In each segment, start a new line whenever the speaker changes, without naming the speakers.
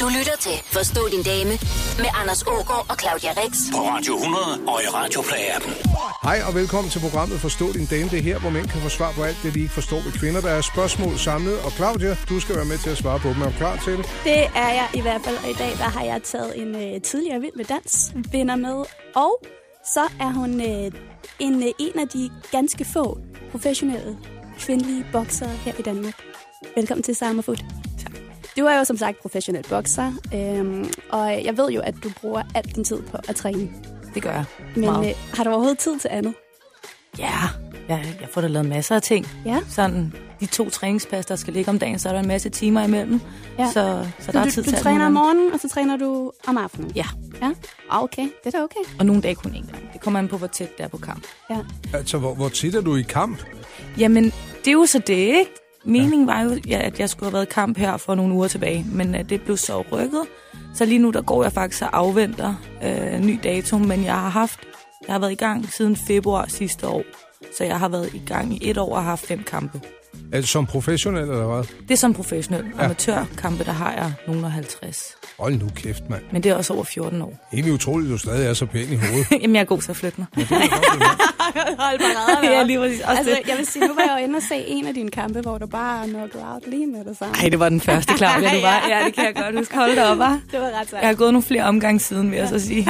Du lytter til Forstå din dame med Anders Ågaard og Claudia Rex.
På Radio 100 og i Radioplay-appen.
Hej og velkommen til programmet Forstå din dame. Det er her, hvor mænd kan få svar på alt det, de ikke forstår ved kvinder. Der er spørgsmål samlet, og Claudia, du skal være med til at svare på dem. Er du klar til det?
Det er jeg i hvert fald, og i dag der har jeg taget en øh, tidligere Vild med Dans vinder med. Og så er hun øh, en, øh, en af de ganske få professionelle kvindelige boksere her i Danmark. Velkommen til Summer Food. Du er jo som sagt professionel bokser, øhm, og jeg ved jo, at du bruger al din tid på at træne.
Det gør jeg.
Men
Meget.
øh, har du overhovedet tid til andet?
Ja, jeg, jeg får da lavet masser af ting.
Ja.
Sådan, de to træningspas, der skal ligge om dagen, så er der en masse timer imellem.
Ja.
Så, så
Du,
der er
du,
tid
du
til alt
træner om
muligt andet.
morgenen, og så træner du om aftenen?
Ja,
Ja? Ah, Okay, det er da okay.
og nogle dage kun én gang. Det kommer an på, hvor tæt det er på kamp.
Ja.
Altså, hvor, hvor tit er du i kamp?
Jamen, det er jo så det, ikke? Meningen var jo, ja, at jeg skulle have været i kamp her for nogle uger tilbage, men uh, det blev så rykket. Så lige nu, der går jeg faktisk og afventer øh, ny dato, men jeg har haft, jeg har været i gang siden februar sidste år. Så jeg har været i gang i et år og har haft fem kampe.
Altså, som professionel eller hvad?
Det er som professionel amatørkampe, der har jeg nogen af 50.
Hold nu kæft, mand.
Men det er også over 14 år.
Egentlig utroligt, at du stadig er så pæn i hovedet.
Jamen, jeg er god til at flytte mig.
Hold paraderne
ja, lige præcis. Også
Altså,
det.
jeg vil sige, nu var jeg jo inde og se en af dine kampe, hvor du bare knockede out lige med det samme.
Ej, det var den første, Claudia, du var. Ja, det kan jeg godt huske. Hold da op, hva'?
Det var ret sejt.
Jeg har gået nogle flere omgange siden, vil jeg så sige.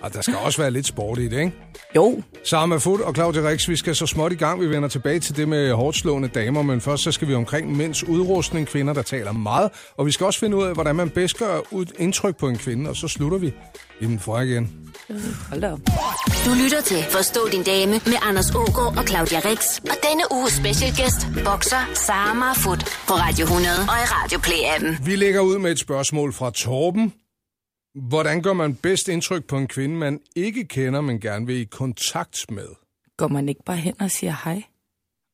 og der skal også være lidt sport i det, ikke?
Jo,
Sarma Foot og Claudia Rix, vi skal så småt i gang. Vi vender tilbage til det med hårdt slående damer, men først så skal vi omkring mænds udrustning, kvinder, der taler meget. Og vi skal også finde ud af, hvordan man bedst gør ud indtryk på en kvinde, og så slutter vi i den fra igen.
hold da op.
Du lytter til Forstå din dame med Anders Ågaard og Claudia Rex. Og denne uges specialgæst, bokser Sara Marfut på Radio 100 og i Radioplay-appen.
Vi lægger ud med et spørgsmål fra Torben. Hvordan gør man bedst indtryk på en kvinde, man ikke kender, men gerne vil i kontakt med?
Går man ikke bare hen og siger hej?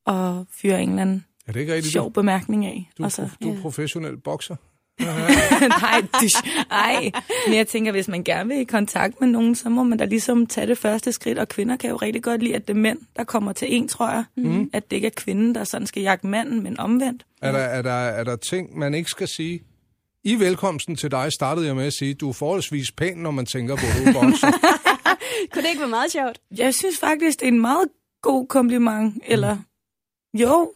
Og fyrer en eller anden
Er det ikke rigtigt?
sjov Altså, bemærkning af?
Du,
og så,
du, du er professionel bokser.
nej, dysh, nej. Men jeg tænker, hvis man gerne vil i kontakt med nogen, så må man da ligesom tage det første skridt. Og kvinder kan jo rigtig godt lide, at det er mænd, der kommer til en, tror jeg. Mm. At det ikke er kvinden, der sådan skal jagte manden, men omvendt.
Er der, er, der, er der ting, man ikke skal sige? I velkomsten til dig startede jeg med at sige, du er forholdsvis pæn, når man tænker på, at du er bokser.
Kunne det ikke være meget sjovt?
Jeg synes faktisk, det er en meget god kompliment. Eller, jo,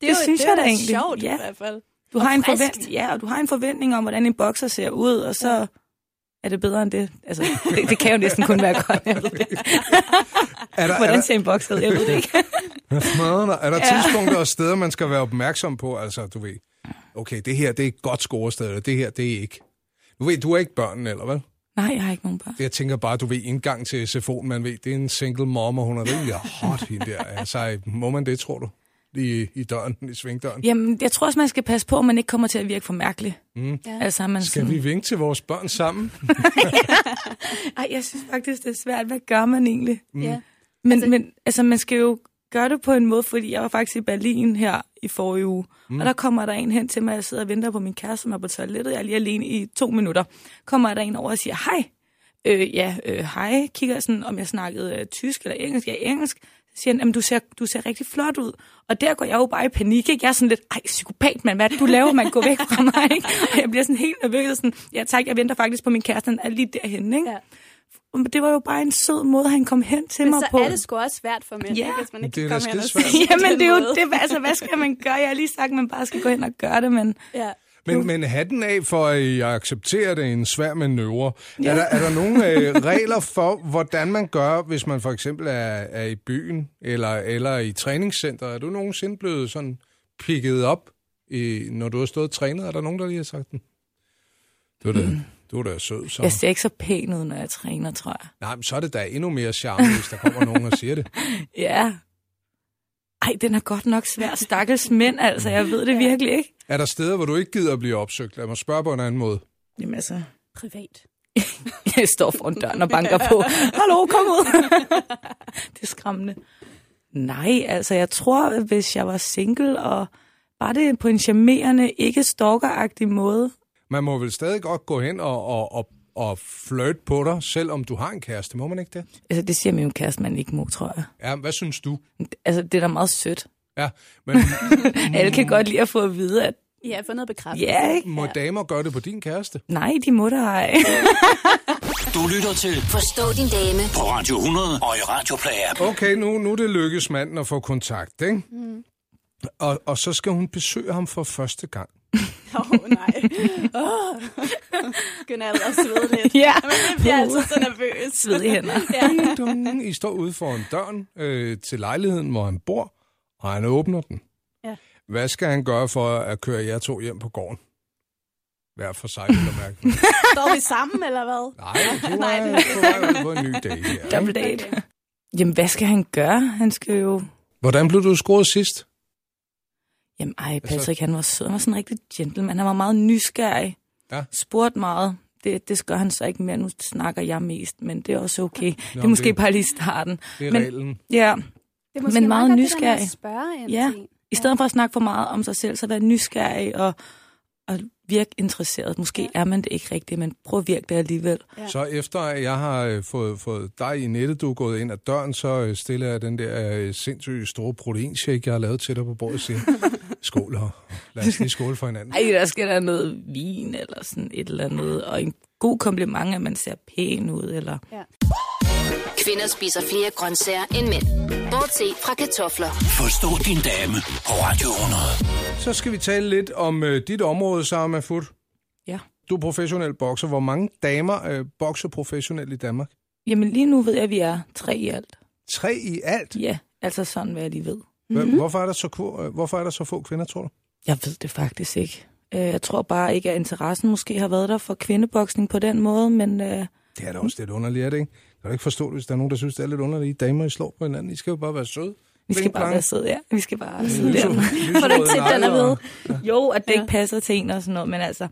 det, det synes jeg da egentlig.
sjovt i
ja.
hvert fald.
Du har en
friskt.
forvent, ja, og du har en forventning om, hvordan en bokser ser ud, og så er det bedre end det. Altså, det, det kan jo næsten kun være godt. Jeg ved det.
Er der, er
Hvordan
der,
ser en bokser ud? Jeg ved det ikke.
er der tidspunkter og steder, man skal være opmærksom på? Altså, du ved, okay, det her det er et godt scorested, eller det her det er ikke. Du ved, du er ikke børn, eller hvad?
Nej, jeg har ikke nogen børn.
Jeg tænker bare, du ved, en gang til SFO'en, man ved, det er en single mom, og hun er rigtig hot, hende der. Altså, må man det, tror du? I, i døren, i svingdøren.
Jamen, jeg tror også, man skal passe på, at man ikke kommer til at virke for mærkelig. Mm. Altså, at man
Skal vi vinke til vores børn sammen?
Ej, jeg synes faktisk, det er svært. Hvad gør man egentlig?
Mm. Ja.
Men, altså, men altså, man skal jo gøre det på en måde, fordi jeg var faktisk i Berlin her i forrige uge, mm. og der kommer der en hen til mig, jeg sidder og venter på min kæreste, som er på toilettet, jeg er lige alene i to minutter, kommer der en over og siger, hej, øh, ja, øh, hej, kigger sådan, om jeg snakkede øh, tysk eller engelsk, ja, engelsk, Så siger han, jamen, du ser, du ser rigtig flot ud. Og der går jeg jo bare i panik, ikke? Jeg er sådan lidt, ej, psykopat, mand, hvad er det, du laver, man går væk fra mig, ikke? Og jeg bliver sådan helt nervøs, sådan, ja tak, jeg venter faktisk på min kæreste, han er lige derhenne, ikke?
Ja.
Ja. Det var jo bare en sød måde, han kom hen til
Men
mig
så
på.
er det sgu også svært for mænd,
Ja.
ikke, hvis man ikke
Det er
kan
da
komme hen og
skidesvært.
sige på
Jamen,
den
det er jo
måde.
det. Altså, hvad skal man gøre? Jeg har lige sagt, at man bare skal gå hen og gøre det, men...
Ja.
Men, men hatten af, for øh, jeg accepterer det er en svær manøvre. Ja. Er, der, er der nogle øh, regler for, hvordan man gør, hvis man for eksempel er, er i byen eller, eller i træningscenter? Er du nogensinde blevet sådan pikket op, i, når du har stået og trænet? Er der nogen, der lige har sagt den? Du er da, du er da sød, så.
Jeg ser ikke så pæn ud, når jeg træner, tror jeg.
Nej, men så er det da endnu mere charme, hvis der kommer nogen og siger det.
Ja. Ej, den er godt nok svær. Stakkels mænd, altså. Jeg ved det virkelig ikke.
Er der steder, hvor du ikke gider at blive opsøgt? Lad mig spørge på en anden måde.
Jamen altså...
Privat.
Jeg står foran døren og banker på. Hallo, kom ud. det er skræmmende. Nej, altså jeg tror, hvis jeg var single og bare det på en charmerende, ikke stalkeragtig måde.
Man må vel stadig godt gå hen og, og, og, og flirte på dig, selvom du har en kæreste. Må man ikke det?
Altså det siger min jo kæreste, man ikke må, tror jeg.
Ja, hvad synes du?
Altså det er da meget sødt.
Ja, men Mm.
Alle kan godt lide at få at vide, at
Ja, få noget bekræftet.
Ja, ikke?
Må damer gøre det på din kæreste?
Nej, de må da ej.
Du lytter til
Forstå din dame
på Radio 100 og i Radioplay-appen.
Okay, nu, nu er det lykkes manden at få kontakt, ikke? Mm. Og, og så skal hun besøge ham for første gang.
Åh, oh, nej. Oh. Begynder allerede at svede lidt.
Ja.
Men jeg bliver altid så nervøs.
Svedige hænder.
Ja.
Ding, dong. I står ude foran døren øh, til lejligheden, hvor han bor, og han åbner den.
Ja.
Hvad skal han gøre for at køre jer to hjem på gården? Hver for sig, vil jeg mærke.
Står vi sammen, eller hvad?
Nej, du
Nej, det
er
er
på vej ud på en ny dag her. ikke?
Double date. Jamen, hvad skal han gøre? Han skal jo...
Hvordan blev du scoret sidst?
Jamen, ej,
Altså-
Patrick, han var sød. Han var sådan en rigtig gentleman. Han var meget nysgerrig.
Ja.
Spurgte meget. Det, det gør han så ikke mere. Nu snakker jeg mest, men det er også okay. det er
men
måske
det-
bare lige starten.
Det er
Men-
reglen.
Ja,
Det er
måske Men meget meget godt det der med at nysgerrig.
spørge ind
ja. I stedet for at snakke for meget om sig selv, så være nysgerrig og, og virke interesseret. Måske ja. er man det ikke rigtigt, men prøv at virke det alligevel.
Ja.
Så efter at jeg har øh, fået, fået dig i nettet, du er gået ind ad døren, så øh, stiller jeg den der øh, sindssygt store proteinshake, jeg har lavet til dig på bordet og siger, skål her. Lad os lige skåle for hinanden.
Ej, der skal der noget vin eller sådan et eller andet. Og en god kompliment, at man ser pæn ud. Eller...
Kvinder spiser flere grøntsager end mænd. Bortset fra kartofler.
Forstå din dame på Radio 100.
Så skal vi tale lidt om øh, dit område, Sarah Mafut.
Ja.
Du er professionel bokser. Hvor mange damer øh, bokser professionelt i Danmark?
Jamen lige nu ved jeg, at vi er tre i alt.
Tre i alt.
Ja, altså sådan, hvad jeg lige ved.
Mhm.
Mm-hmm. Hvorfor, er der så, ko- øh, hvorfor er der så få kvinder, tror du?
Jeg ved det faktisk ikke. Øh, Jeg tror bare ikke, at interessen måske har været der for kvindeboksning på den måde, men øh,
Det er da også lidt underligt, er det ikke? Jeg kan du ikke forstå det, hvis der er nogen, der synes, det er lidt underligt, at I damer I slår på hinanden. I skal jo bare være søde.
vi skal
Bling,
bare
blang.
være søde, ja. Vi skal bare sidde
Lyserød-
der.
lyserød
ikke set, den er
negle og-
ved? Jo, at det ikke passer til en og sådan noget, men altså,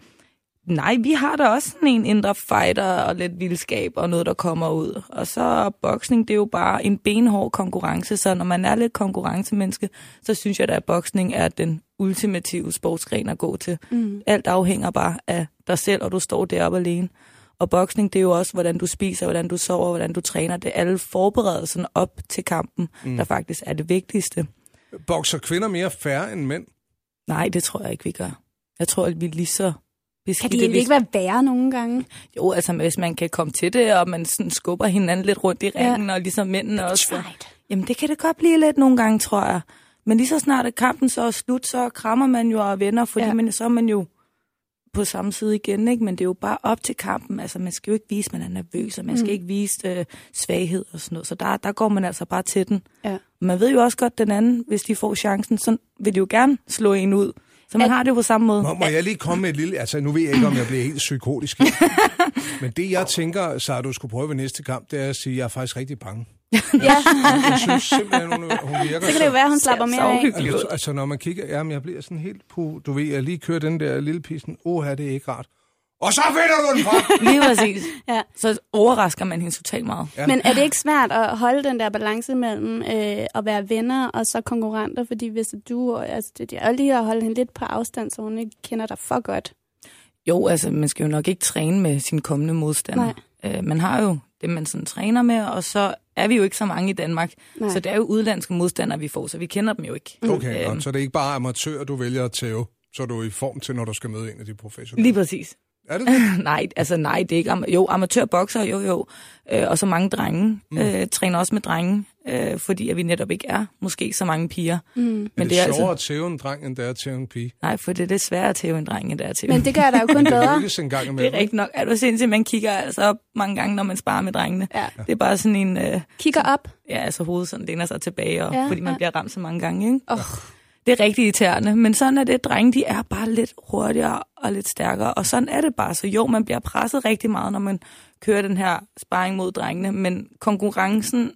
nej, vi har da også sådan en indre fighter og lidt vildskab og noget, der kommer ud. Og så boksning, det er jo bare en benhård konkurrence, så når man er lidt konkurrencemenneske, så synes jeg da, at boksning er den ultimative sportsgren at gå til. Mm. Alt afhænger bare af dig selv, og du står deroppe alene. Og boksning, det er jo også, hvordan du spiser, hvordan du sover, hvordan du træner. Det er alle forberedelserne op til kampen, mm. der faktisk er det vigtigste.
Bokser kvinder mere færre end mænd?
Nej, det tror jeg ikke, vi gør. Jeg tror, at vi er lige så
Kan
beskidte.
de egentlig
hvis-
ikke være værre nogle gange?
Jo, altså hvis man kan komme til det, og man sådan skubber hinanden lidt rundt i
Ja.
ringen, ja. og ligesom mændene også.
Right.
Jamen det kan det godt blive lidt nogle gange, tror jeg. Men lige så snart at kampen så er slut, så krammer man jo og venner, fordi
Ja.
ja. man, så er man jo på samme side igen, ikke? Men det er jo bare op til kampen. Altså, man skal jo ikke vise, at man er nervøs, og man skal ikke vise øh, svaghed og sådan noget. Så der, der går man altså bare til den.
Ja.
Man ved jo også godt, den anden, hvis de får chancen, så vil de jo gerne slå en ud. Så man har det jo på samme måde.
Må, må jeg lige komme med et lille... Altså, nu ved jeg ikke, om jeg bliver helt psykotisk. Men det, jeg tænker, Sara, du skulle prøve ved næste kamp, det er at sige, at jeg er faktisk rigtig bange.
Ja,
Jeg synes simpelthen, hun, hun virker
så kan det jo være, hun slapper mere af.
Savhyggeligt.
Altså, altså, når man kigger, jamen, jeg bliver sådan helt på, du ved, jeg lige kører den der lille pisen, åh, det er ikke rart. Og så finder du den frem!
Lige præcis.
Ja.
ja. Så overrasker man hende totalt meget.
Ja.
Men er det ikke svært at holde den der balance mellem øh, at være venner og så konkurrenter? Fordi hvis du... Altså, det er jo lige at holde hende lidt på afstand, så hun ikke kender dig for godt.
Jo, altså, man skal jo nok ikke træne med sin kommende modstander. Øh, man har jo det, man sådan træner med, og så er vi jo ikke så mange i Danmark.
Nej.
Nej. Så det er jo udlandske modstandere, vi får, så vi kender dem jo ikke.
Okay, øhm. så det er ikke bare amatører, du vælger at tæve, så du er i form til, når du skal møde en af de professionelle.
Lige præcis.
Er det det?
Nej, altså nej, det er ikke... Am- jo, amatørbokser, jo, jo. Øh, og så mange drenge. Mm. Øh, træner også med drenge, øh, fordi at vi netop ikke er måske så mange piger. Mm. Men
Men det er sjovere at tæve en dreng, end det er at tæve en pige.
Nej, for det er det sværere at tæve en dreng, end det er til.
Men det gør der jo kun
Det
bedre.
lykkes en gang
Det
imellem.
er rigtigt nok. Er du sindssygt, man kigger altså op mange gange, når man sparer med drengene.
Ja.
Det er bare sådan en, øh,
Kigger op.
ja, altså hovedet sådan læner sig tilbage, og,
Ja,
ja, fordi man
ja.
ja. bliver ramt så mange gange, ikke?
Oh,
Det er rigtig irriterende, men sådan er det. Drenge, de er bare lidt hurtigere og lidt stærkere, og sådan er det bare. Så jo, man bliver presset rigtig meget, når man kører den her sparring mod drengene, men konkurrencen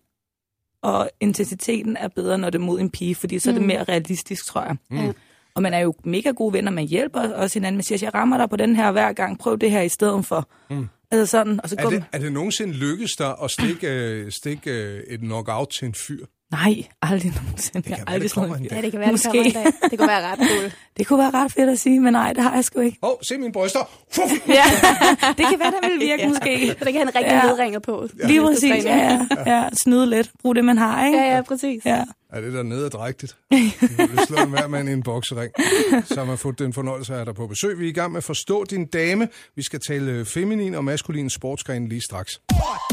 og intensiteten er bedre, når det er mod en pige, fordi så er det mere realistisk, tror jeg.
Mm.
Mm.
Ja.
Og man er jo mega gode venner, man hjælper også hinanden. Man siger, jeg rammer dig på den her hver gang, prøv det her i stedet for. Mm. Altså sådan, og så
Er
går
det, er det nogensinde lykkedes dig at stikke, øh, stikke øh, et knockout til en fyr?
Nej, aldrig nogensinde. Det
være,
jeg
det
har aldrig
kommer
sådan-
en dag.
Ja, det kan være,
Måske.
det kommer en dag. Det kunne være ret cool.
Det kunne være ret fedt at sige, men nej, det har jeg sgu ikke.
Åh, oh, se mine bryster. Fuff!
Ja. det kan være, det vil virke ja. måske.
Så der kan han rigtig
Ja.
ja. nedringer på.
Lige præcis, ja, ja. ja. Snyde lidt. Brug det, man har, ikke?
Ja, ja, præcis.
Ja.
Er det der nede er drægtigt? Vi slår en hver mand i en boksering. Så har man fået den fornøjelse af dig på besøg. Vi er i gang med at forstå din dame. Vi skal tale øh, feminin og maskulin sportsgren lige straks.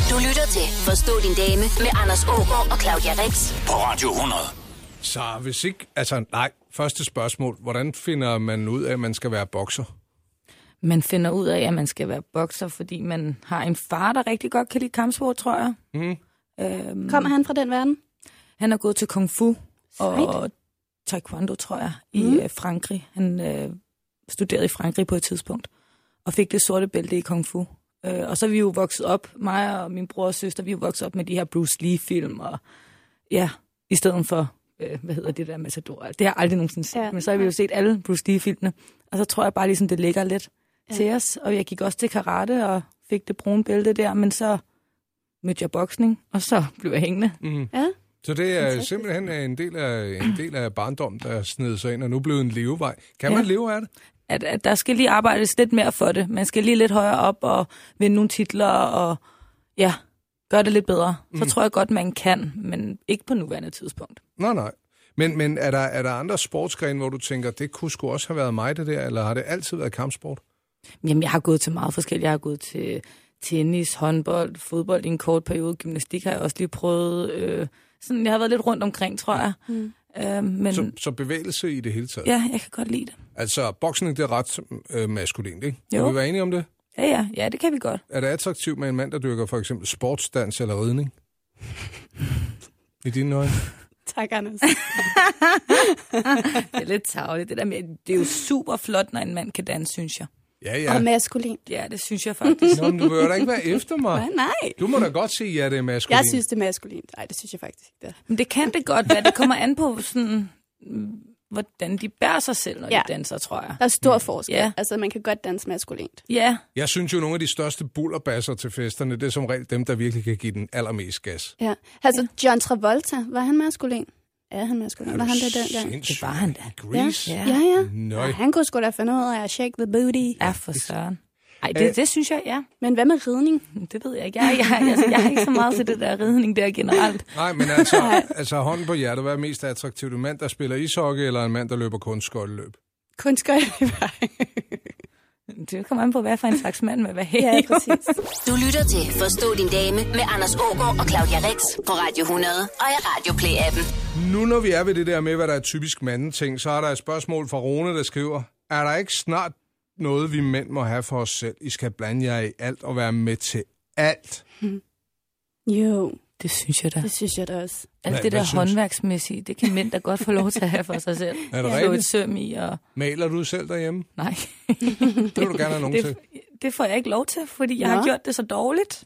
Du lytter til Forstå din dame med Anders Ågaard og Claudia Rex.
På Radio 100.
Så hvis ikke... Altså, nej. Første spørgsmål. Hvordan finder man ud af, at man skal være bokser?
Man finder ud af, at man skal være bokser, fordi man har en far, der rigtig godt kan lide kampsport, tror jeg.
Kommer han fra den verden?
Han har gået til kung fu og taekwondo, tror jeg, i mm. Frankrig. Han øh, studerede i Frankrig på et tidspunkt, og fik det sorte bælte i kung fu. Øh, og så er vi jo vokset op, mig og min bror og søster, vi er jo vokset op med de her Bruce Lee-film, og ja, i stedet for, øh, hvad hedder det der, Matador, det har jeg aldrig nogensinde set,
Ja,
ja, men så har vi jo set alle Bruce Lee-filmene, og så tror jeg bare ligesom, det ligger lidt ja. til os, og jeg gik også til karate og fik det brune bælte der, men så mødte jeg boksning, og så blev jeg hængende.
Ja.
Så det er Fantastisk. simpelthen øh, en del, af, en del af barndommen, der sned sig ind, og nu blev en levevej. Kan ja. man
Ja.
leve af det?
at, at der skal lige arbejdes lidt mere for det. Man skal lige lidt højere op og vinde nogle titler og ja, gøre det lidt bedre. Så tror jeg godt, man kan, men ikke på nuværende tidspunkt.
Nej, nej. Men, men er, der, er der andre sportsgrene, hvor du tænker, det kunne sgu også have været mig, det der, eller har det altid været kampsport?
Jamen, jeg har gået til meget forskelligt. Jeg har gået til tennis, håndbold, fodbold i en kort periode. Gymnastik har jeg også lige prøvet. Øh, sådan, jeg har været lidt rundt omkring, tror jeg. Mm. Øh, men
Så,
Så...
så bevægelse i det hele taget?
ja, jeg kan godt lide det.
Altså, boksning, det er ret øh, maskulint, ikke?
Jo.
Kan vi være enige om det?
Ja, ja, ja, det kan vi godt.
Er det attraktivt med en mand, der dyrker for eksempel sportsdans eller ridning? I dine øjne?
Tak, Anders.
Det er lidt tavligt. Det, der med, det er jo super flot, når en mand kan danse, synes jeg.
Ja,
Ja. Og
ja.
maskulin.
Ja, det synes jeg faktisk.
Nå, men du behøver da ikke være efter mig.
Nej.
Du må da godt sige, at det er maskulint.
Jeg synes, det er maskulint. Nej, det synes jeg faktisk ikke, det er.
Men det kan det godt være. Det kommer an på, sådan, mm, hvordan de bærer sig selv, når ja.
Ja.
de danser, tror jeg.
Der er stor forskel.
Ja.
Altså, man kan godt danse maskulint.
Ja,
Jeg synes jo, nogle af de største bullerbasser til festerne, det er som regel dem, der virkelig kan give den allermest gas.
Ja. Altså, John Travolta, var han maskulin? Ja, han maskulin. Var han der dengang?
Sindssygt.
Det var han da.
Grease?
Ja.
Ja, ja.
Nøj.
Og han kunne sgu da finde ud af at shake the booty.
ja for søren. Ej,
Øh.
det, det synes jeg, ja.
Men hvad med ridning?
Det ved jeg ikke. Jeg, jeg, jeg, altså, jeg har ikke så meget til det der ridning der generelt.
Nej, men altså, altså hånden på hjertet, hvad er mest attraktivt? En mand, der spiller ishockey, eller en mand, der løber kunstskøjteløb?
Kun skøjt i vej.
Det kommer an på, hvad for en slags mand man vil have.
Ja, præcis.
Du lytter til Forstå din dame med Anders Ågaard og Claudia Rex på Radio 100 og i Radio Play-appen.
Nu når vi er ved det der med, hvad der er typisk mandeting, så er der et spørgsmål fra Rune, der skriver, er der ikke snart noget, vi mænd må have for os selv? I skal blande jer i alt og være med til alt.
Jo,
Det synes jeg da.
det synes jeg da også.
Alt
Hvad-
det
hvad
der
synes-
håndværksmæssige, det kan mænd da godt få lov til at have for sig selv.
Er det
Slå
rigtigt?
et søm i og...
Maler du selv derhjemme?
Nej,
Det vil du gerne have nogen til.
det, det får jeg ikke lov til, fordi jeg
Nå.
har gjort det så dårligt.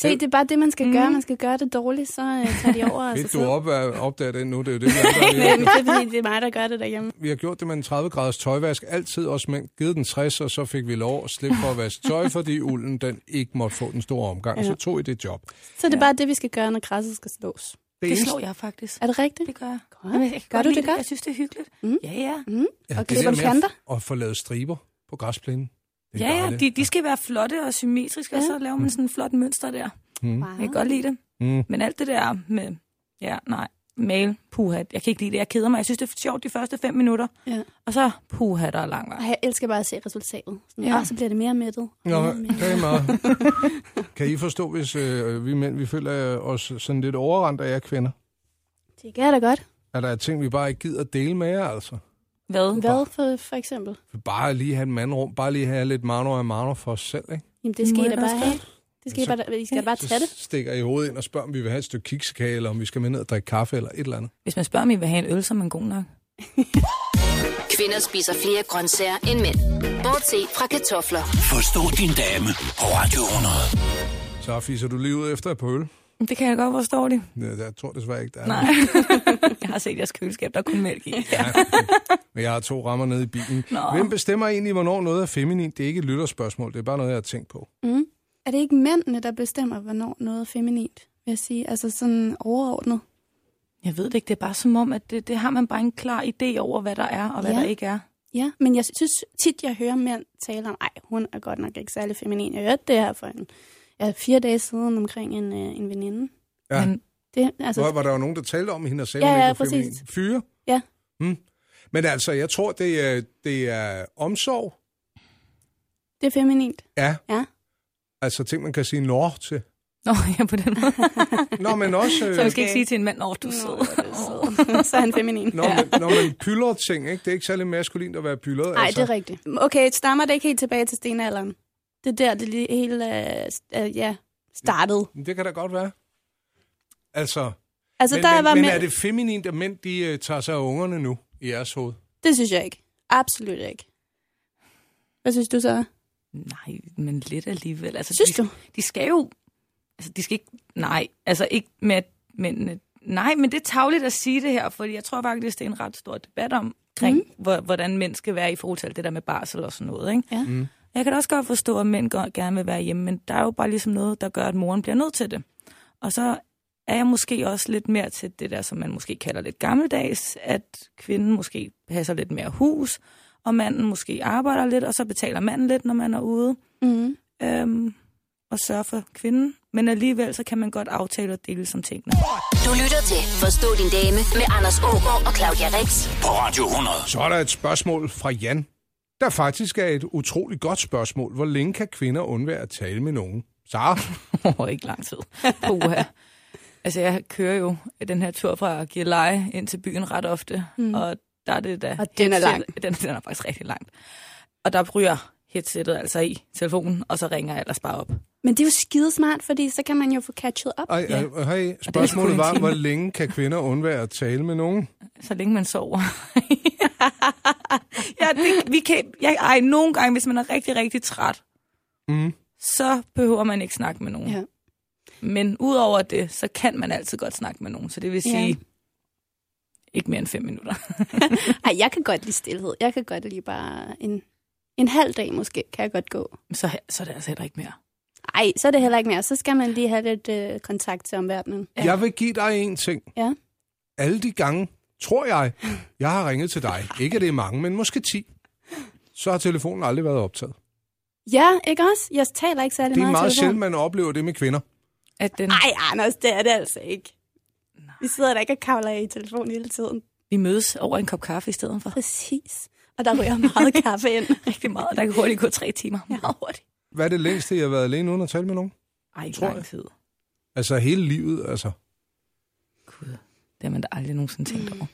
Se, det er bare det, man skal mm. gøre. Man skal gøre det dårligt, så uh, tager de over. og så
Fedt, du
sidder-
op, øh, opdager det nu. Det er jo det, vi andre
Men
lever.
det er fordi, det er mig, der gør det derhjemme.
Vi har gjort det med en 30-graders tøjvask. Altid os mænd givet den 60, og så fik vi lov at slippe for at vaske tøj, fordi ulden den ikke måtte få den store omgang. Så tog I det job.
Så er det bare det, vi skal gøre, når græsset skal slås.
Det
eneste-
slår jeg faktisk.
Er det rigtigt?
Det gør jeg.
Godt.
Jamen, jeg kan
Gør du
lide
det godt?
Jeg synes, det er hyggeligt. Mm. Ja, ja. Mm.
Ja,
Og
det der
klipper du
med at-
kanter?
At få lavet striber på græsplænen. Det er
Ja, ja,
dejligt.
de, de skal være flotte og symmetriske, ja. Ah. og så laver man sådan en flot mønster der. Jeg kan
Wow.
godt lide det.
Mm.
Men alt det der med, ja, nej, mail, puha, jeg kan ikke lide det, jeg keder mig. Jeg synes, det er sjovt de første fem minutter,
Ja.
og så puha, der er lang vej.
Og jeg elsker bare at se resultatet. Sådan,
Ja.
ja. Og så bliver det mere mættet.
Nå, det er meget. Kan I forstå, hvis øh, vi mænd vi føler øh, os sådan lidt overrendt af jer kvinder?
Det gør jeg da godt.
Er der ting, vi bare ikke gider at dele med jer, altså?
Hvad?
Hvad for, for eksempel?
Bare lige have en mandrum, bare lige have lidt mano af mano for os selv, ikke?
Jamen, det
Det
skal
må
I
jeg
da Altså,
da
bare
også
have. Det skal I, bare, I skal da bare tage
Så
det.
stikker I hovedet ind og spørger, om vi vil have et stykke kiksekage, eller om vi skal med ned og drikke kaffe, eller et eller andet.
Hvis man spørger, om I vil have en øl, så er man god nok.
Kvinder spiser flere grøntsager end mænd. Bortset fra kartofler.
Forstå din dame på Radio 100.
Så fisser du lige ud efter et par øl.
Det kan jeg godt forstå det.
Ja, Jeg tror desværre ikke, der er
Nej. jeg har set jeres køleskab, der er kun mælk i. Ja.
Men jeg har to rammer nede i bilen.
Nå.
Hvem bestemmer egentlig, hvornår noget er feminin? Det er ikke et lytterspørgsmål, det er bare noget, jeg har tænkt på.
Mm. Er det ikke mændene, der bestemmer, hvornår noget er feminint? Vil jeg sige, altså sådan overordnet.
Jeg ved det ikke, det er bare som om, at det, det har man bare en klar idé over, hvad der er og hvad
Ja.
der ikke er.
Ja, men jeg synes tit, jeg hører mænd tale om, ej, hun er godt nok ikke særlig feminin. Jeg hørte det her for en, ja, fire dage siden omkring en, øh, en veninde.
Ja.
Men
Det, altså,
Hvor var der jo nogen, der talte om hende og selv?
Ja, ja, præcis.
Fyre?
Ja.
Mm. Men altså, jeg tror, det er, det er omsorg.
det er feminint.
Ja.
Ja.
Altså ting, man kan sige nå til.
Nå, ja, på den måde.
Nå, men også...
Så man
Øh,
skal ikke sige til en mand, åh, du er sød.
Så er han feminin.
når, man, når man pyller ting, ikke? Det er ikke særlig maskulint at være pyllet.
Nej, altså. det er rigtigt. Okay, stammer det ikke helt tilbage til stenalderen? Det er der, det lige hele, øh, st- øh, ja, startede.
Men Det kan da godt være. Altså,
Altså,
men,
der
men,
var
men
mænd,
er det feminint, at mænd de, øh, tager sig af ungerne nu i jeres hoved?
det synes jeg ikke. Absolut ikke. Hvad synes du så?
Nej, men lidt alligevel. Altså,
Synes
de,
du?
De skal jo... Altså, de skal ikke... Nej, altså ikke med... at mændene... nej, men det er tavligt at sige det her, fordi jeg tror faktisk, det er en ret stor debat om, kring,
Mhm.
mm. hvor, hvordan mænd skal være i forhold til alt det der med barsel og sådan noget. Ikke?
Ja.
Mm. Jeg kan da også godt forstå, at mænd godt gerne vil være hjemme, men der er jo bare ligesom noget, der gør, at moren bliver nødt til det. Og så er jeg måske også lidt mere til det der, som man måske kalder lidt gammeldags, at kvinden måske passer lidt mere hus, og manden måske arbejder lidt, og så betaler manden lidt, når man er ude,
Mm.
øhm, og sørger for kvinden. Men alligevel, så kan man godt aftale og dele som tingene.
Du lytter til Forstå din dame med Anders Ågaard og Claudia Rex.
På Radio 100.
Så er der et spørgsmål fra Jan, der faktisk er et utroligt godt spørgsmål. Hvor længe kan kvinder undvære at tale med nogen? Sara?
Over ikke lang tid. Puha. Altså, jeg kører jo den her tur fra Gilleleje ind til byen ret ofte, mm. og der er det da...
Og den er lang.
headsetet- Den, den er faktisk rigtig langt. Og der bryder headsettet altså i telefonen, og så ringer jeg ellers bare op.
Men det er jo skidesmart, fordi så kan man jo få catchet op.
Ej,
Ja.
ja. hey, spørgsmålet
kun en
var,
time.
hvor længe kan kvinder undvære at tale med nogen?
Så længe man sover. ja, det, vi kan, ja, ej, nogle gange, hvis man er rigtig, rigtig træt,
Mm.
så behøver man ikke snakke med nogen.
Ja.
Men udover det, så kan man altid godt snakke med nogen. Så det vil
Ja.
sige, ikke mere end fem minutter.
Ej, jeg kan godt lide stillhed. Jeg kan godt lide bare en, en halv dag måske, kan jeg godt gå.
Så, så er det altså heller ikke mere.
Ej, så er det heller ikke mere. Så skal man lige have lidt øh, kontakt til omverdenen.
Ja. Jeg vil give dig en ting.
Ja.
Alle de gange, tror jeg, jeg har ringet til dig. Ikke at det er mange, men måske 10. Så har telefonen aldrig været optaget.
Ja, ikke også? Jeg taler ikke særlig
Det er
meget
meget
i telefon.
sjældent, man oplever det med kvinder.
At den,
Nej, Anders, det er det altså ikke. Vi sidder da ikke og kavler i telefonen hele tiden.
vi mødes over en kop kaffe i stedet for.
Præcis. Og der ryger meget kaffe ind.
Rigtig meget. Der kan hurtigt gå tre timer.
Meget hurtigt.
Hvad er det længste, jeg har været alene uden at tale med nogen?
Ej, ikke
Tror jeg.
lang tid.
Altså hele livet, altså.
Gud, det har man da aldrig nogensinde tænkt
Mm.
over.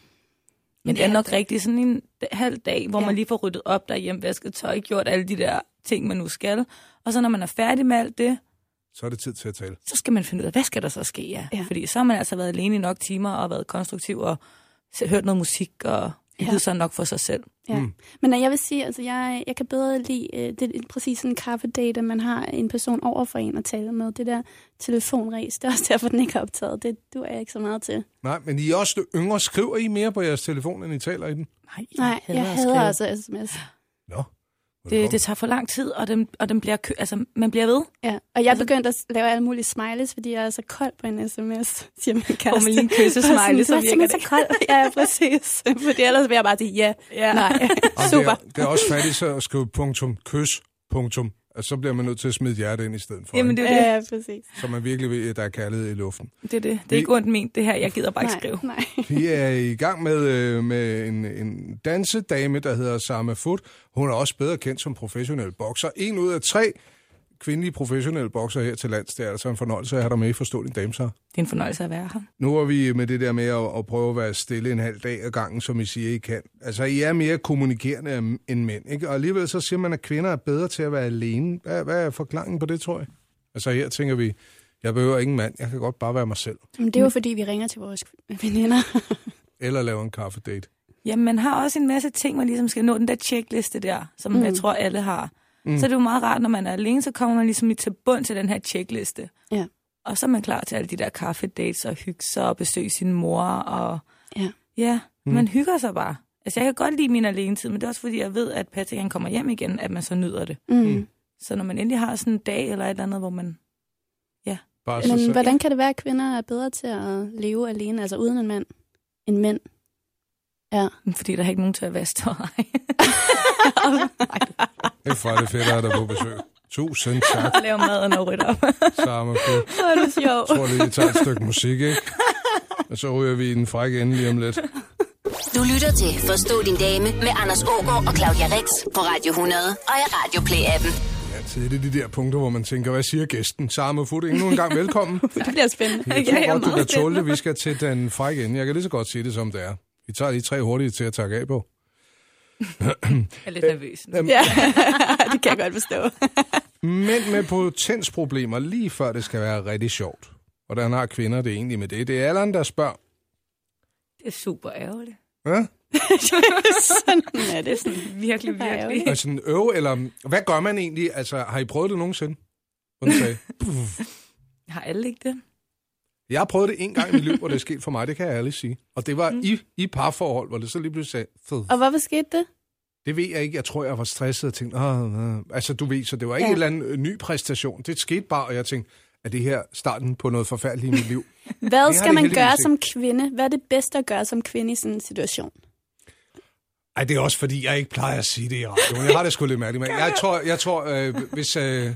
Men det er nok rigtigt sådan en d- halv dag, hvor
Ja.
ja. man lige får ryddet op derhjemme, vasket tøj, gjort alle de der ting, man nu skal. Og så når man er færdig med alt det,
Så er det tid til at tale.
så skal man finde ud af, hvad skal der så ske? Ja.
Ja.
ja. Fordi så har man altså været alene i nok timer og været konstruktiv og se- hørt noget musik og
Ja.
ja. hygget sig nok for sig selv.
Ja. Mm. Men øh, jeg vil sige, altså, jeg, jeg kan bedre lide, øh, det er præcis sådan en kaffedate, at man har en person over for en at tale med. Det der telefonræs, det er også derfor, den ikke er optaget. Det du er jeg ikke så meget til.
Nej, men I er også lidt yngre. Skriver I mere på jeres telefon, end I taler i den?
Nej,
Nej, jeg, jeg
at
hader
skrive.
altså sms.
Nå.
Det, det tager for lang tid, og, den, og den bliver kø, altså, man bliver ved.
Ja. Og jeg er begyndt at lave alle mulige smileys, fordi jeg er så kold på en sms, siger min kæreste.
Får man lige en kyssesmiley,
Bare sådan,
så
"Du er
virker
simpelthen
det
så kold. Ja, præcis. Fordi ellers vil jeg bare sige, ja,
Ja.
nej,
Ej,
super.
Det er, det er også fattigt så at skrive punktum, kys, punktum. Og så bliver man nødt til at smide hjertet ind i stedet for.
Jamen,
Jamen,
det er jo det.
Ja, præcis.
Så man virkelig ved, at der er kærlighed i luften.
Det er, det. det er ikke ondt ment, det her. Jeg gider bare ikke skrive.
Nej, nej.
Vi er i gang med, øh, med en, en dansedame, der hedder Sama Foot. Hun er også bedre kendt som professionel bokser. En ud af tre kvindelige professionelle bokser her til lands. Det er altså en fornøjelse at have dig med i Forstå din dame, Sara.
Det er en fornøjelse at være her.
Nu er vi med det der med at, at prøve at være stille en halv dag ad gangen, som I siger, I kan. Altså, I er mere kommunikerende end- end mænd, ikke? Og alligevel så siger man, at kvinder er bedre til at være alene. Hvad, hvad er forklaringen på det, tror jeg? Altså, her tænker vi, jeg behøver ingen mand, jeg kan godt bare være mig selv.
Men det er jo fordi, vi ringer til vores veninder.
Eller lave en kaffedate.
Jamen, man har også en masse ting, man ligesom skal nå den der checkliste der, som mm. jeg tror, alle har. Mm. Så det er jo meget rart, når man er alene, så kommer man ligesom til bund til den her checkliste.
Ja.
Og så er man klar til alle de der kaffedates og hygge sig og besøge sin mor. Og
Ja.
ja, mm. man hygger sig bare. Altså, jeg kan godt lide min alenetid, men det er også fordi, jeg ved, at Patrick han kommer hjem igen, at man så nyder det.
Mm.
Så når man endelig har sådan en dag eller et eller andet, hvor man ja,
Bare sig
Men
selv.
hvordan kan det være, at kvinder er bedre til at leve alene, altså uden en mand, end mænd? Ja.
Fordi der er ikke nogen til at vaske og
Det er for det fedt, at der er på besøg. Tusind tak,
lave maden og rydde op.
Sama. Jeg
Hvor er det sjovt.
tror lige, vi tager et stykke musik, ikke? Og så ryger vi i den frække ende lige om lidt.
Du lytter til Forstå din dame med Anders Ågaard og Claudia Rex på Radio 100 og i Radio Play-appen.
Altid er det de der punkter, hvor man tænker, hvad siger gæsten? Sama Fut, endnu en gang velkommen.
Det bliver spændende.
Jeg
Ja, jeg er
tror godt, du
meget
kan tåle det.
spændt.
Vi skal til den frække ende. Jeg kan lige så godt sige det, som det er. Vi tager lige tre hurtige til at takke af på.
Jeg er lidt nervøs nu.
Ja, det kan jeg godt forstå.
Mænd med potensproblemer lige før det skal være rigtig sjovt. Hvordan har kvinder det egentlig med det? Det er alderen, der spørger.
Det er super ærgerligt.
Ja?
Sådan er det. Sådan.
Virkelig,
Super
virkelig.
ærgerligt.
Altså, øv, eller hvad gør man egentlig? Altså, har I prøvet det nogensinde? Hvor den sagde, "Puff."
Har alle ikke det?
jeg har prøvet det en gang i mit liv, og det er sket for mig, det kan jeg ærligt sige. Og det var i, i parforhold, hvor det så lige pludselig sagde, fed.
Og hvorfor skete det?
Det ved jeg ikke. Jeg tror, jeg var stresset og tænkte, Åh, øh. altså du ved, så det var ikke ja.
Ja.
en eller anden øh, ny præstation. Det skete bare, og jeg tænkte, er det her starten på noget forfærdeligt i mit liv?
Hvad
Det har
skal
det
man
heldigvis
gøre
ikke.
som kvinde? Hvad er det bedste at gøre som kvinde i sådan en situation?
Ej, det er også fordi, jeg ikke plejer at sige det i radioen. Jeg har det sgu lidt mærkeligt med. Jeg tror, jeg tror øh, hvis... Øh,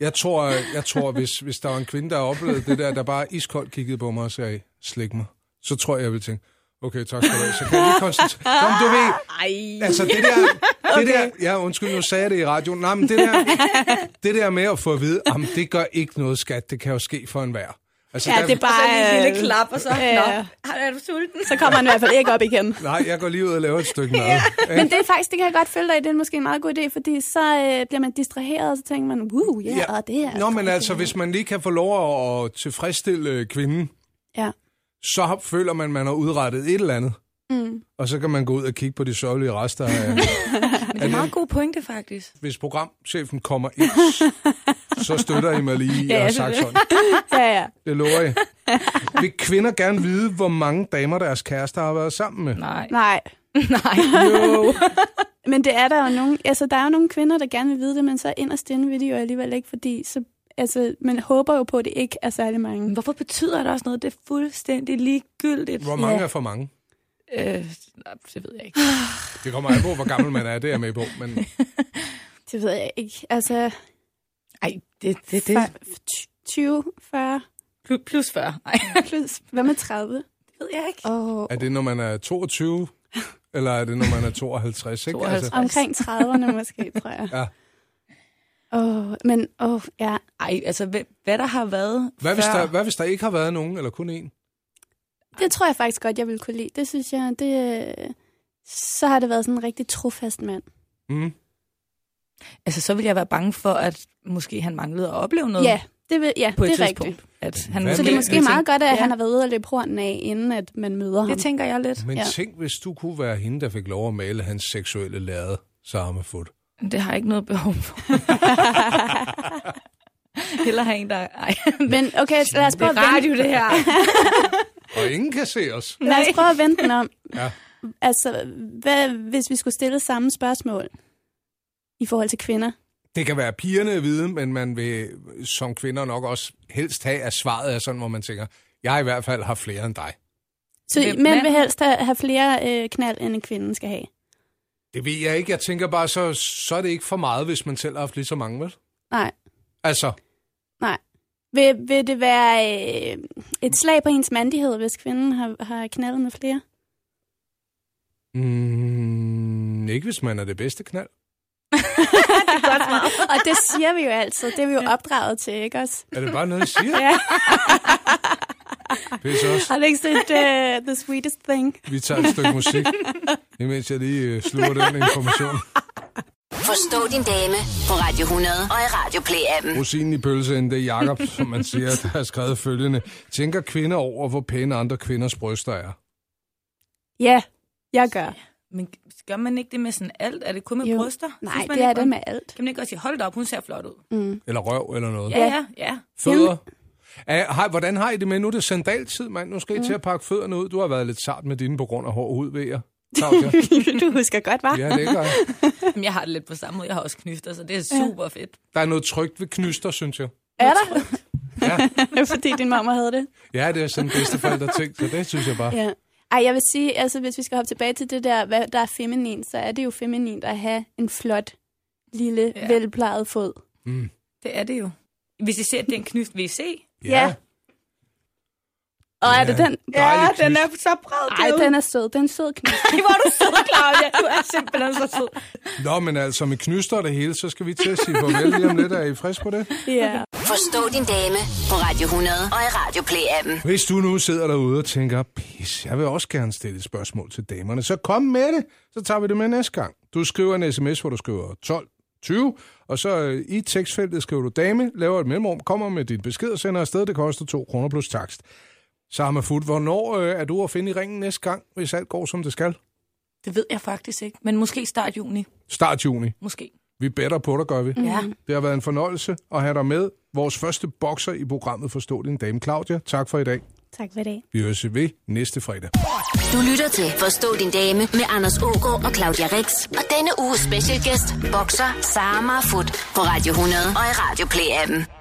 jeg tror, øh, jeg tror hvis, hvis der var en kvinde, der oplevede det der, der bare iskoldt kiggede på mig og sagde, slik mig, så tror jeg, jeg ville tænke, okay, tak skal du have. Så kan jeg lige konstatere... Nå, men du ved,
Ej.
Altså det der, okay. det der, ja undskyld, nu sagde jeg det i radioen. Nej, men det der, det der med at få at vide, om det gør ikke noget skat, det kan jo ske for enhver. Altså,
Ja, det er
Og så
bare...
lige en lille klap, og så,
Ja.
nå, har- er du sulten?
Så kommer man i hvert fald ikke op igen.
Nej, jeg går lige ud og laver et stykke mad. ja.
Men det er faktisk, det kan jeg godt følge dig i, det er måske en meget god idé, fordi så øh, bliver man distraheret, og så tænker man, wow, ja, yeah, og det er...
Nå, men altså, hvis man lige kan få lov at tilfredsstille øh, kvinden,
Ja.
så føler man, man har udrettet et eller andet. Mm. Og så kan man gå ud og kigge på de sørgelige rester. Af,
Men det er meget god pointe, faktisk.
hvis programchefen kommer ind, så støtter I mig lige i
Ja,
ja,
ja,
og
det er
sagt
det.
sådan.
Ja, ja.
Det lover jeg. Vil kvinder gerne vide, hvor mange damer deres kærester har været sammen med?
Nej.
Nej.
Nej.
Jo.
Men det er der jo nogle, altså der er jo nogle kvinder, der gerne vil vide det, men så inderst inde vil de jo alligevel ikke, fordi så, altså, man håber jo på, at det ikke er særlig mange.
Men hvorfor betyder det også noget? Det er fuldstændig ligegyldigt.
Hvor mange
Ja.
er for mange?
Øh, nej, det ved jeg ikke.
Det kommer an på, hvor gammel man er, det er jeg med på. Men
Det ved jeg ikke. Altså,
Ej, det det. det.
fra ty- 20, 40,
Plu- Plus 40. Ej,
plus, hvad med 30?
det ved jeg ikke.
Oh.
er det, når man er 22? Eller er det, når man er 52? Ikke? Altså,
52.
Omkring 30'erne måske, tror jeg.
Ja.
Åh, men åh, oh, ja.
Ej, altså, hvad, hvad der har været
hvad, hvis
før...
der, hvad hvis der ikke har været nogen, eller kun én?
Det tror jeg faktisk godt, jeg ville kunne lide. Det synes jeg, det... øh, Så har det været sådan en rigtig trofast mand.
Mm.
Altså, så ville jeg være bange for, at måske han manglede at opleve noget
Ja, det, vil, ja,
på et
det er
tidspunkt.
rigtigt.
At han
Hvad
Så det
med-
er
Jeg
måske meget godt, at
Ja.
han har været ude og løbe hornene af, inden at man møder ham.
Det tænker jeg lidt.
Men ja.
Ja.
tænk, hvis du kunne være hende, der fik lov at male hans seksuelle lade samme fod.
Det har jeg ikke noget behov for. Heller have en, der... Ej,
Men okay, lad os prøve at vente,
det her.
Og ingen kan se os.
lad os prøve at vente den om.
Ja.
Altså, hvad, hvis vi skulle stille samme spørgsmål i forhold til kvinder?
Det kan være pigerne at vide, men man vil som kvinder nok også helst have, at svaret er sådan, hvor man tænker, jeg har i hvert fald har flere end dig.
Så
Hvem-
mænd vil
mand?
helst have have flere øh, knald, end en kvinde skal have.
Det ved jeg ikke. Jeg tænker bare, så, så er det ikke for meget, hvis man selv har haft lige så mange, vel?
Nej,
Altså,
nej. Vil, vil det være øh, et slag på hendes mandighed, hvis kvinden har, har knaldet med flere?
mm, ikke hvis man er det bedste knald.
Og det siger vi jo altid. Det er vi jo opdraget til, ikke også?
Er det bare noget, jeg siger?
Ja.
Pisse også.
Har du ikke set uh, The Sweetest Thing?
Vi tager et stykke musik, imens jeg lige øh, sluger den information.
Forstå din dame på Radio 100 og i Radio Play-appen.
Rosinen i pølseenden, det er Jacob, som man siger, der har skrevet følgende. Tænker kvinder over, hvor pæne andre kvinders bryster er?
Ja, jeg gør.
Men gør man ikke det med sådan alt? Er det kun med
Jo.
bryster?
Nej,
Synes man
det er
ikke,
det
man-
med alt.
Kan man ikke også sige, hold da op, hun ser flot ud.
Eller røv, eller noget?
Mm. Ja, ja, ja.
Fødder? Ah, har, hvordan har I det med? Nu er det sandaltid, mand. Nu skal I til at pakke fødderne ud. Du har været lidt sart med dine på grund af hård hud, ved jeg. Claudia.
du husker godt, var?
Ja, det gør jeg.
Jamen, jeg har det lidt på samme måde. Jeg har også knyster, så det er super fedt.
Der er noget trygt ved knyster, synes jeg.
Er der? fordi din mamma havde det.
Ja, det er sådan bedsteforældre ting, så det synes jeg bare.
Ja. Ej, jeg vil sige, altså hvis vi skal hoppe tilbage til det der, hvad der er feminin, så er det jo feminint at have en flot, lille,
Ja.
ja. velplejet fod.
Det er det jo. Hvis I ser den knyst, vil I se?
Ja. Og er det
Ja.
den?
Dejlig
den
knyst.
er så bred.
Ej, den er sød. Den er en sød knæs.
Ej, hvor er du sød, Claudia. Du er simpelthen så sød.
Nå, men altså, med knyster og det hele, så skal vi til at sige farvel lige om lidt. Er I friske på det?
Ja.
Forstå din dame på Radio 100 og i Radio Play-appen.
Hvis du nu sidder derude og tænker, pis, jeg vil også gerne stille et spørgsmål til damerne, så kom med det, så tager vi det med næste gang. Du skriver en sms, hvor du skriver 12 20, og så øh, i tekstfeltet skriver du dame, laver et mellemrum, kommer med din besked og sender afsted. Det koster 2 kroner plus takst. Samme fut, hvornår øh, er du at finde i ringen næste gang, hvis alt går, som det skal?
Det ved jeg faktisk ikke, men måske start juni.
Start juni.
Måske.
Vi better på dig, gør vi.
Ja.
Det har været en fornøjelse at have dig med. Vores første bokser i programmet Forstå din dame, Claudia. Tak for i dag.
Tak for i dag.
Vi høres ved næste fredag.
Du lytter til Forstå din dame med Anders Ågaard og Claudia Rex. Og denne uges specialgæst, bokser Sara Marfut på Radio 100 og i Radio Play-appen.